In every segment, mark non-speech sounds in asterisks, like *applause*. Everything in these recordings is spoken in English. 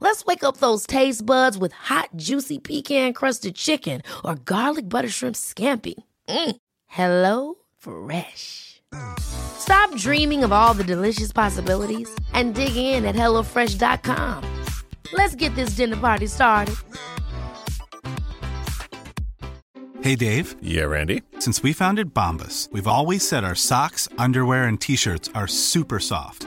Let's wake up those taste buds with hot, juicy pecan-crusted chicken or garlic butter shrimp scampi. Mm. Hello Fresh. Stop dreaming of all the delicious possibilities and dig in at HelloFresh.com. Let's get this dinner party started. Hey Dave, Yeah, Randy. since we founded Bombus, we've always said our socks, underwear, and t shirts are super soft.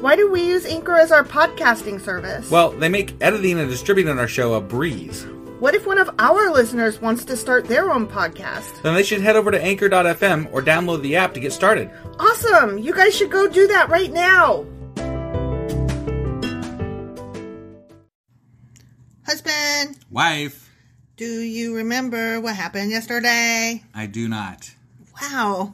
Why do we use Anchor as our podcasting service? Well, they make editing and distributing our show a breeze. what if one of our listeners wants to start their own podcast? Then they should head over to anchor.fm or download the app to get started. Awesome! You guys should go do that right now! Husband, Wife, do you remember what happened yesterday? I do not. Wow.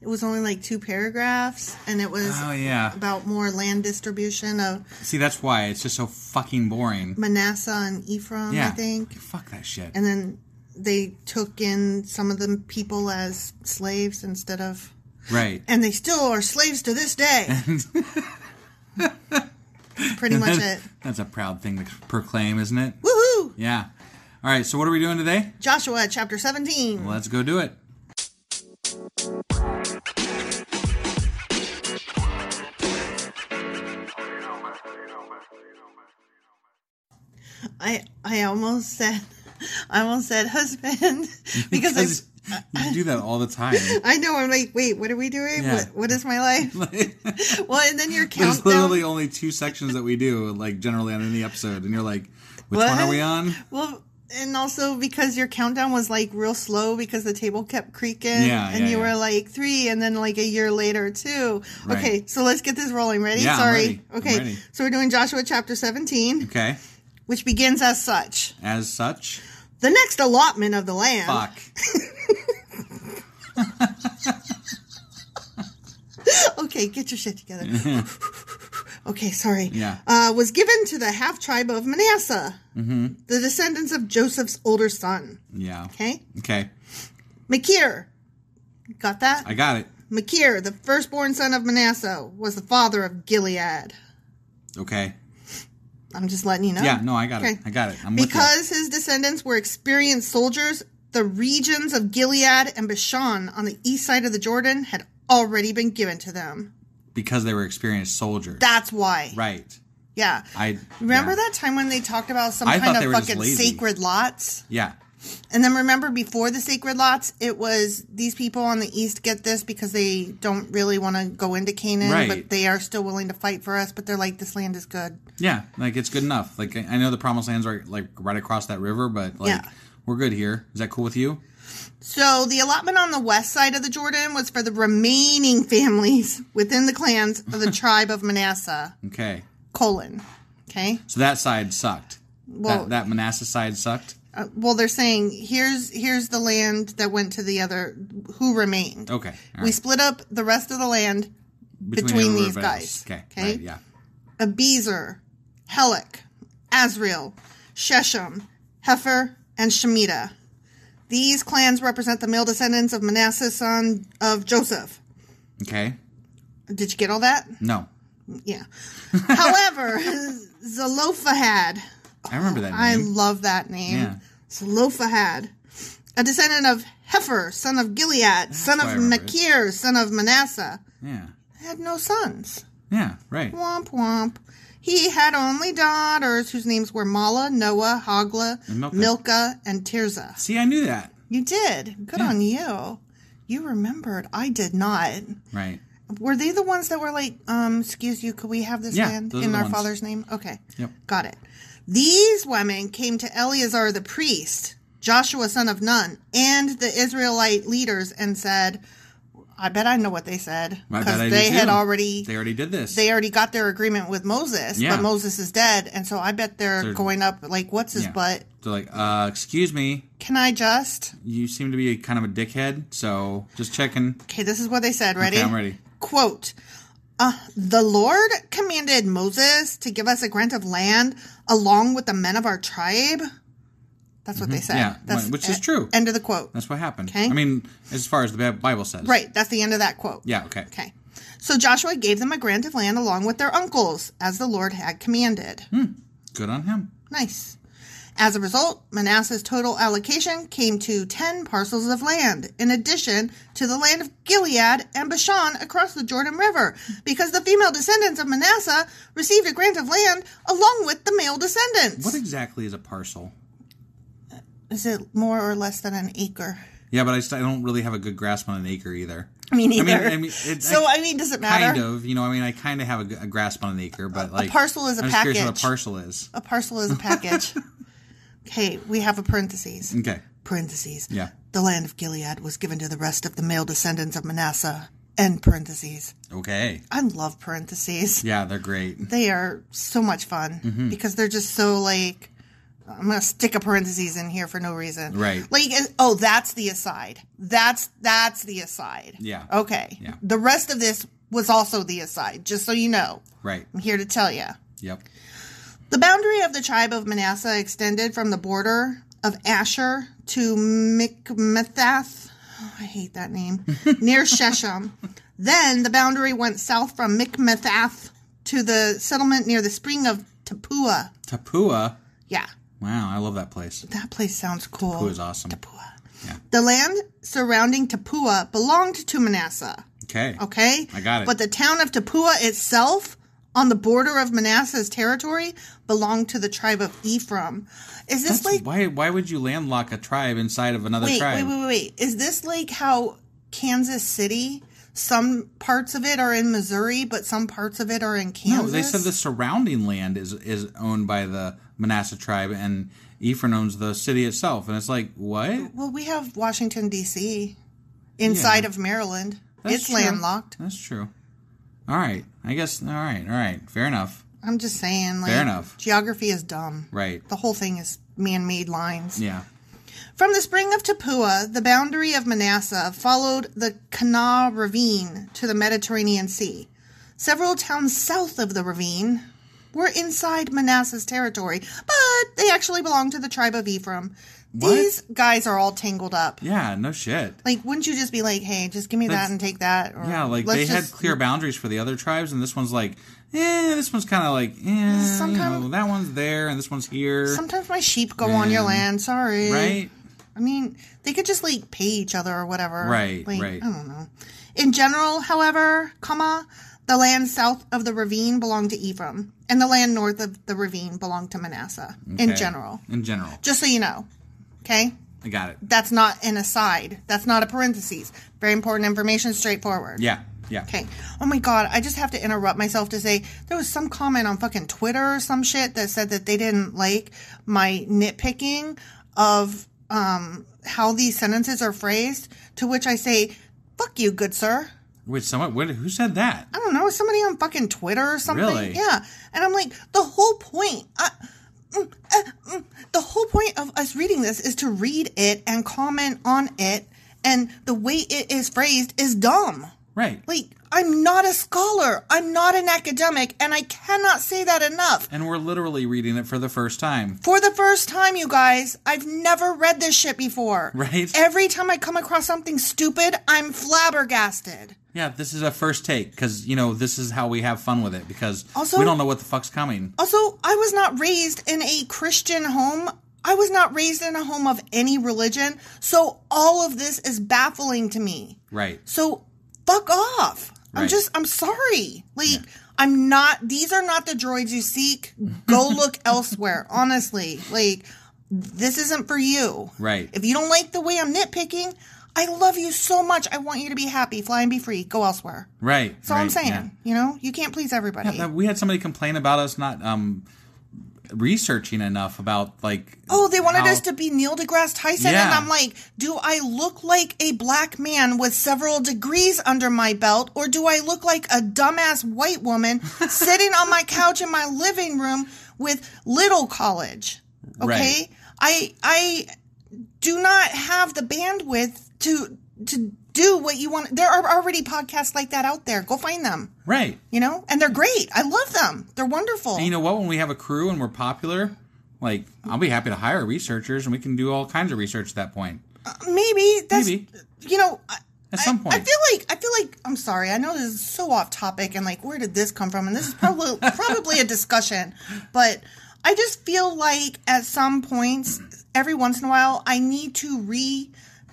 It was only like two paragraphs, and it was Oh, yeah. about more land distribution of See, that's why it's just so fucking boring. Manasseh and Ephraim, I think. Fuck that shit. And then they took in some of the people as slaves instead of. right. And they still are slaves to this day. *laughs* Pretty much it. That's a proud thing to proclaim, isn't it? Woohoo! Yeah. All right, so what are we doing today? Joshua chapter 17. Well, Let's go do it. I I almost said *laughs* I almost said husband because, *laughs* Because- I You do that all the *laughs* time. *laughs* I know. I'm like, wait, what are we doing? Yeah. What, what is my *laughs* life? *laughs* well, and then your There's countdown. literally only two sections that we do, like generally on any episode, and you're like, which one are we on? Well, and also because your countdown was like real slow because the table kept creaking, Yeah, and yeah, you yeah. were like three, and then like a year later two. Right. Okay, so let's get this rolling. Ready? Yeah, I'm Sorry. ready. I'm Okay, ready. so we're doing Joshua chapter seventeen, Okay. which begins as such: As such, the next allotment of the land. fuck. *laughs* Okay, get your shit together. *laughs* okay, sorry. Mm-hmm. Yeah. Uh, was given to the half tribe of Manasseh, Mm-hmm. the descendants of Joseph's older son. Yeah. Okay, Okay. Makir. Got that? I got it. Makir, the firstborn son of Manasseh, was the father of Gilead. Okay. I'm just letting you know. Yeah, no, I got it. Okay. I got it. I'm with because his descendants were experienced soldiers, the regions of Gilead and Bashan on the east side of the Jordan had already been given to them. you. Because they were experienced soldiers. That's why. right. Yeah. I Remember yeah. that time when they talked about some I thought kind they of were just fucking lazy. sacred lots? Yeah. And then remember before the sacred lots, it was these people on the east get this because they don't really want to go into Canaan, Right. but they are still willing to fight for us, but they're like, this land is good. Yeah. Like it's good enough. Like I I know the promised land's right like right across that river, but like Yeah. we're good here. Is that cool with you? So the allotment on the west side of the Jordan was for the remaining *laughs* families within the clans *laughs* of the tribe of Manasseh, Okay. colon. Okay. So that side sucked. Well- that, that Manasseh side sucked. Uh, well, they're saying here's here's the land that went to the other who remained. Okay. all We right. split up the rest of the land. between the these rivers. guys, Okay. okay? Right, yeah. Abezer, Helek, Azriel, Sheshem, Hefer, and Shemitah. These clans represent the male descendants of Manasseh, son of Joseph. Okay. Did you get all that? No. *laughs* Yeah. However, Zelophehad, I remember that name. Oh, I love that name. Yeah. Zelophehad, a descendant of Hefer, son of Gilead, son of why I remember it. Machir, son of Manasseh, yeah. had no sons. Yeah, right. Womp womp. He had only daughters whose names were Mala, Noah, Hagla, And Milcah. Milcah, and Tirzah. See, I knew that. You did. Good on you. You remembered. I did not. Right. Were they the ones that were like, um, excuse you, could we have this Yeah, land those are in the our ones. father's name? Okay. Yep. Got it. These women came to Eleazar the priest, Joshua son of Nun, and the Israelite leaders and said, I bet I know what they said. I bet I Because do they had too. already They already did this. they already got their agreement with Moses, Yeah. but Moses is dead, and so I bet they're, They're- going up like, what's his Yeah. butt? They're like, uh, excuse me, Can I just? you seem to be kind of a dickhead, so just checking. Okay, this is what they said. Ready? Okay, I'm ready. Quote: uh, The Lord commanded Moses to give us a grant of land along with the men of our tribe. That's what they said. Mm-hmm. Yeah, That's, e which is true. End of the quote. That's what happened. Okay. I mean, as far as the Bi- Bible says. right. That's the end of that quote. Yeah, okay. Okay. So Joshua gave them a grant of land along with their uncles, as the Lord had commanded. Good on him. Nice. As a result, Manasseh's total allocation came to 10 parcels of land, in addition to the land of Gilead and Bashan across the Jordan River, because the female descendants of Manasseh received a grant of land along with the male descendants. What exactly is a parcel? Is it more or less than an acre? Yeah, but I, just, I don't really have a good grasp on an acre either. Me neither. I mean, I mean it, so, I, mean, does it matter? kind of. You know, I mean, I kind of have a g- a, grasp on an acre, but like parcel is a I'm just curious what package. a parcel is. A parcel is a package. okay, we have a parentheses. Okay. Parentheses. Yeah. The land of Gilead was given to the rest of the male descendants of Manasseh. End parentheses. Okay. I love parentheses. Yeah, they're great. They are so much fun Mm-hmm. because they're just so like I'm gonna stick a parentheses in here for no reason. Right. Like and- oh, that's the aside. That's that's the aside. Yeah. Okay. Yeah. The rest of this was also the aside, just so you know. Right. I'm here to tell you. Yep. The boundary of the tribe of Manasseh extended from the border of Asher to Mikmethath. oh, I hate that name. near Shechem. Then the boundary went south from Mikmethath to the settlement near the spring of Tapua. Tapua. Yeah, Wow, I love that place. that place sounds cool. Tapua is awesome. Tapua. The land surrounding Tapua belonged to Manasseh. Okay. Okay? I got it. But the town of Tapua itself on the border of Manasseh's territory belonged to the tribe of Ephraim. Is this That's like why? Why would you landlock a tribe inside of another wait, tribe? wait, wait, wait. Is this like how Kansas City, some parts of it are in Missouri, but some parts of it are in Kansas? No, they said the surrounding land is is owned by the Manasseh tribe, and Ephraim owns the city itself. And it's like, what? Well, we have Washington D.C. inside of Maryland. That's it's true. landlocked. That's true. All right, I guess. All right, all right. Fair enough. I'm just saying, like, Fair enough. geography is dumb. Right. The whole thing is man-made lines. Yeah. From the spring of Tapua, the boundary of Manasseh followed the Kanah Ravine to the Mediterranean Sea. Several towns south of the ravine were inside Manasseh's territory, but they actually belonged to the tribe of Ephraim. What? These guys are all tangled up. Yeah. No shit. Like, wouldn't you just be like, "Hey, just give me That's- that and take that"? Or Yeah, like "Let's they had just- clear boundaries for the other tribes, and this one's like, eh, this one's kind of like, eh, you Sometime- know, that one's there, and this one's here, Sometimes my sheep go on your Man. land. Sorry. right? I mean, they could just like pay each other or whatever. Right, Like, right. I don't know. In general, however, comma, the land south of the ravine belonged to Ephraim, and the land north of the ravine belonged to Manasseh. In Okay. general, In general, just so you know, okay, I got it. that's not an aside. That's not a parentheses. Very important information. Straightforward. Yeah, yeah. Okay. Oh my God, I just have to interrupt myself to say there was some comment on fucking Twitter or some shit that said that they didn't like my nitpicking of um, how these sentences are phrased, to which I say, fuck you, good sir. Wait, someone, what, who said that? I don't know, somebody on fucking Twitter or something. Really? Yeah. And I'm like, the whole point. I, mm, uh, mm, the whole point of us reading this is to read it and comment on it, and the way it is phrased is dumb. Right. Like, I'm not a scholar. I'm not an academic. And I cannot say that enough. And we're literally reading it for the first time. For the first time, you guys, I've never read this shit before. Right. Every time I come across something stupid, I'm flabbergasted. Yeah, this is a first take because you know this is how we have fun with it because Also- we don't know what the fuck's coming. Also, I was not raised in a Christian home. I was not raised in a home of any religion. So all of this is baffling to me. Right. So fuck off. I'm Right. just, I'm sorry. Like, I'm not, these are not the droids you seek. *laughs* Go look elsewhere, honestly. Like, this isn't for you. Right. If you don't like the way I'm nitpicking, I love you so much. I want you to be happy, fly and be free. Go elsewhere. Right. So I'm right, saying, yeah. you know, you can't please everybody. That- we had somebody complain about us not um researching enough about like Oh, they wanted how- us to be Neil deGrasse Tyson, and Yeah. I'm like, do I look like a black man with several degrees under my belt, or do I look like a dumbass *laughs* white woman sitting on my couch in my living room with little college? Okay, I I do not have the bandwidth to to do what you want. There are already podcasts like that out there. Go find them, right. you know, and they're great. I love them. They're wonderful. And you know what? When we have a crew and we're popular, like I'll be happy to hire researchers and we can do all kinds of research at that point. maybe that's Maybe. you know I- At some I- I point. feel like I feel like I'm sorry. I know this is so off topic and like where did this come from? And this is probably *laughs* probably a discussion, but I just feel like at some points, every once in a while, I need to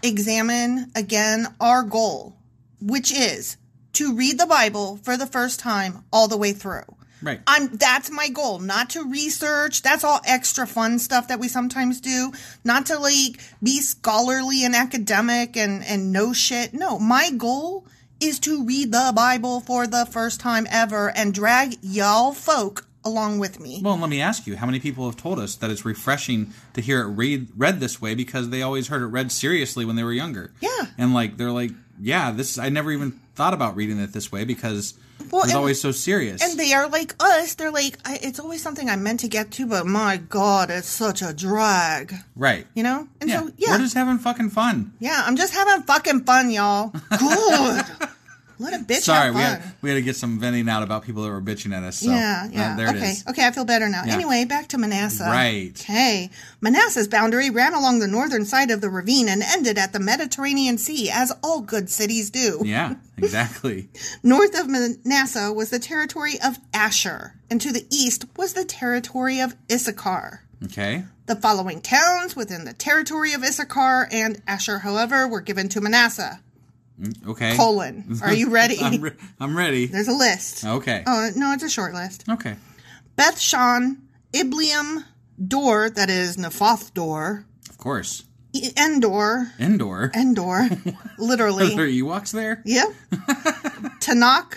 re-examine again our goal, which is to read the Bible for the first time all the way through. Right. I'm that's my goal, not to research. That's all extra fun stuff that we sometimes do. Not to like be scholarly and academic and and know shit. No, my goal is to read the Bible for the first time ever and drag y'all folk along with me. Well, and let me ask you, how many people have told us that it's refreshing to hear it read read this way because they always heard it read seriously when they were younger? Yeah. And like they're like, yeah, this I never even thought about reading it this way because Well, it was and- always so serious. and they are like us. They're like, I, it's always something I meant to get to, but my God, it's such a drag. right. You know? And yeah. so, yeah. We're just having fucking fun. yeah, I'm just having fucking *laughs* fun, y'all. Good. Let a bitch Sorry, have fun. we had we had to get some venting out about people that were bitching at us. So yeah, uh, yeah. there okay, it is. okay, I feel better now. Anyway, back to Manasseh. Right. Okay. *laughs* Manasseh's boundary ran along the northern side of the ravine and ended at the Mediterranean Sea, as all good cities do. Yeah, exactly. North of Manasseh was the territory of Asher, and to the east was the territory of Issachar. Okay. The following towns within the territory of Issachar and Asher, however, were given to Manasseh Okay. colon. Are you ready? *laughs* I'm, re- I'm ready. There's a list. Okay. Oh, no, it's a short list. Okay. Beth Sean, Iblium, Dor, that is Nefoth Dor, Of course. E- Endor, Endor. *laughs* Endor, Are there literally. Ewoks there? *laughs* Yep. Tanakh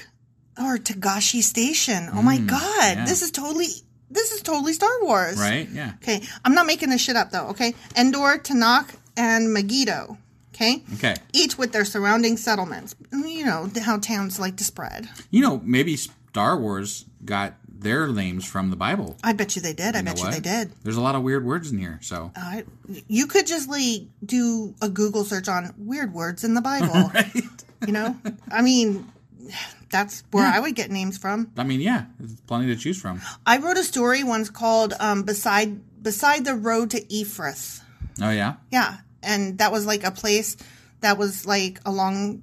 or Tagashi Station. Oh my god, Hmm, yeah. this is totally this is totally Star Wars. Right? Yeah. Okay, I'm not making this shit up though, okay? Endor, Tanakh, and Megiddo, okay? Okay. Each with their surrounding settlements. You know, how towns like to spread. You know, maybe Star Wars got their names from the Bible. I bet you they did. I bet you What? they did. Uh, There's a lot of weird words in here, so I, you could just like do a Google search on weird words in *laughs* the Bible. You know, I mean, that's where I would get names from. I mean, yeah, there's plenty to choose from. I wrote a story once called um, "Beside Beside the Road to Ephrath." Oh yeah. Yeah, and that was like a place that was like along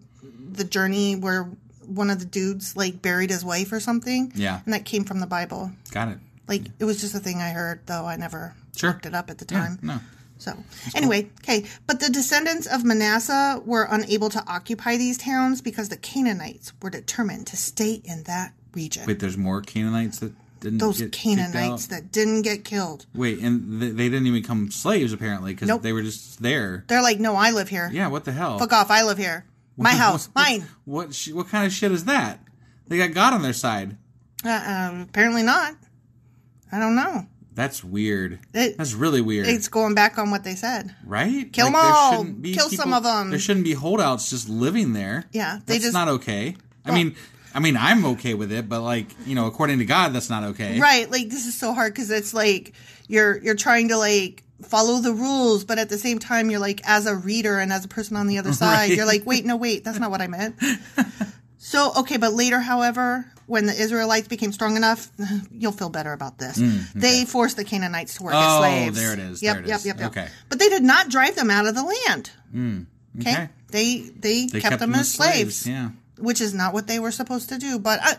the journey where one of the dudes like buried his wife or something. Yeah. and that came from the Bible. Got it. Like it was just a thing I heard, though I never Sure. looked it up at the Yeah, time. no. So, anyway, okay. But the descendants of Manasseh were unable to occupy these towns because the Canaanites were determined to stay in that region. Wait, there's more Canaanites that didn't Those get kicked Canaanites out? that didn't get killed. Wait, and th- they didn't even become slaves apparently because Nope. they were just there. They're like, no, I live here. Yeah, what the hell? Fuck off, I live here. *laughs* My house, mine. What sh- what kind of shit is that? They got God on their side. Uh, um, apparently not. I don't know. That's weird. It- That's really weird. It's going back on what they said. right? Kill 'em there all. shouldn't Kill some of 'em. There shouldn't be holdouts just living there. Yeah, they that's just- not okay. I mean, I mean, I'm okay with it, but like you know, according to God, that's not okay. *laughs* Right, like this is so hard because it's like you're you're trying to like follow the rules, but at the same time you're like as a reader and as a person on *laughs* the other side, you're like, wait, no, wait, that's not what I meant. so okay, but later, however, when the Israelites became strong enough, *laughs* you'll feel better about this. They forced the Canaanites to work as Mm, Oh, slaves. there it is, Yep, there it yep, is. yep, yep. Okay. But they did not drive them out of the land. okay. okay. They they, They kept, them as slaves, Yeah. which is not what they were supposed to do. But I,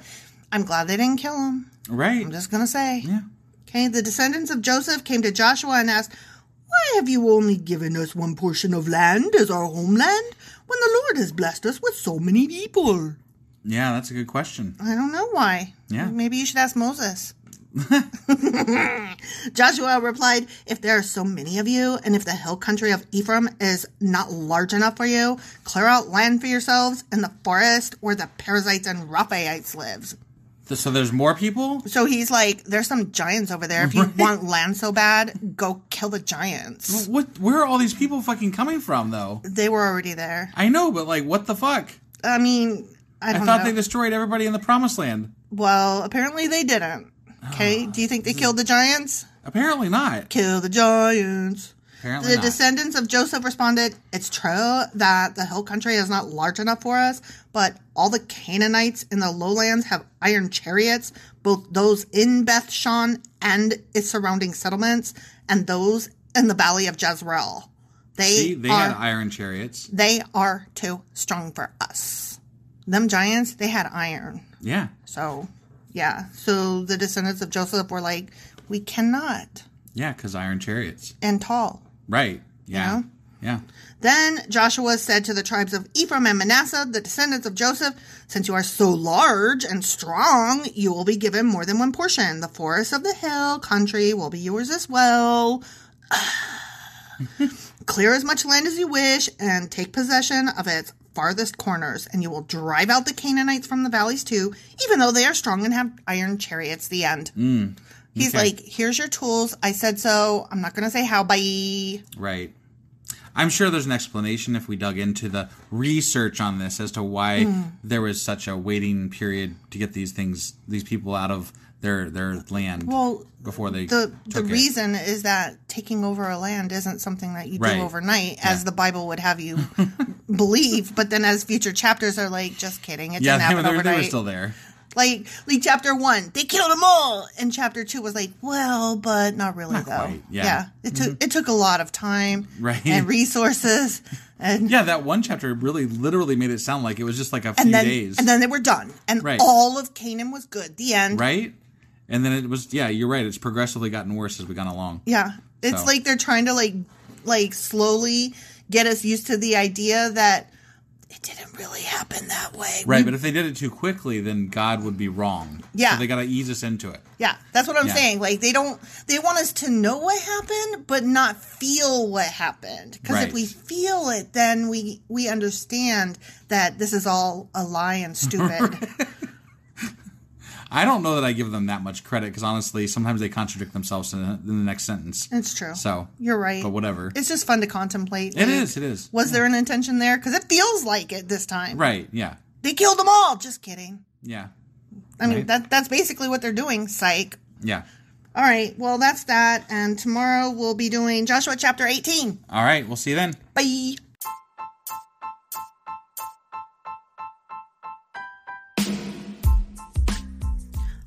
I'm glad they didn't kill them. Right. I'm just gonna say. yeah. Okay, the descendants of Joseph came to Joshua and asked, Why have you only given us one portion of land as our homeland when the Lord has blessed us with so many people? Yeah, that's a good question. I don't know why. Yeah. Maybe you should *laughs* ask Moses. *laughs* Joshua replied, If there are so many of you, and if the hill country of Ephraim is not large enough for you, clear out land for yourselves in the forest where the Perizzites and Raphaites lives. Th- So there's more people. So he's like, there's some giants over there. If you want land so bad, go kill the giants. What? Where are all these people fucking coming from, though? They were already there. I know, but like, what the fuck? I mean, I I don't thought know. they destroyed everybody in the Promised Land. well, apparently they didn't. Ah, Okay, do you think they killed the giants? Apparently not. Kill the giants. Apparently The not. descendants of Joseph responded, It's true that the hill country is not large enough for us, but all the Canaanites in the lowlands have iron chariots, both those in Beth Shan and its surrounding settlements, and those in the valley of Jezreel. They, See, they are, had iron chariots. they are too strong for us. Them giants, they had iron. Yeah. So, yeah. So the descendants of Joseph were like, We cannot, Yeah, because iron chariots. and tall. Right. Yeah. Yeah. Then Joshua said to the tribes of Ephraim and Manasseh, the descendants of Joseph, Since you are so large and strong, you will be given more than one portion. The forests of the hill country will be yours as well. *sighs* Clear as much land as you wish and take possession of its farthest corners, and you will drive out the Canaanites from the valleys too, even though they are strong and have iron chariots. The end. He's like, Here's your tools. I said so. I'm not going to say how. Bye. Right. I'm sure there's an explanation if we dug into the research on this as to why Hmm. there was such a waiting period to get these things, these people out of their their land Well, before they the the took it. reason is that taking over a land isn't something that you Right. do overnight, as the Bible would have *laughs* you believe. But then, as future chapters are like, just kidding, it Yeah, *laughs* didn't they, happen were- they were, overnight. they were still there. Like, like chapter one, they killed them all, and chapter two was like, well, but not really though. quite, yeah. Mm-hmm. it took it took a lot of time Right. and resources, *laughs* and Yeah, that one chapter really literally made it sound like it was just like a few and then days. and then they were done, and Right. all of Canaan was good. The end. right? And then it was yeah, you're right. It's progressively gotten worse as we gone along. Yeah. It's So- like they're trying to like like slowly get us used to the idea that it didn't really happen that way. Right, but if they did it too quickly, then God would be wrong. Yeah. So they got to ease us into it. Yeah, that's what I'm Yeah. saying. Like they don't they want us to know what happened but not feel what happened. Cuz if Right. we feel it then we we understand that this is all a lie *laughs* and stupid. I don't know that I give them that much credit because honestly, sometimes they contradict themselves in, in the next sentence. it's true. So You're right. But whatever. It's just fun to contemplate. It like, is, it is. Was there an intention there? Cuz it feels like it this time. Right. Yeah. They killed them all. Just kidding. Yeah. I mean, that that's basically what they're doing, psych. Yeah. All right. Well, that's that and tomorrow we'll be doing Joshua chapter 18. All right. We'll see you then. Bye.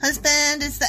Husband, it's the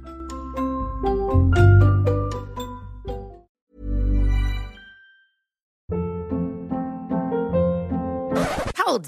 Hold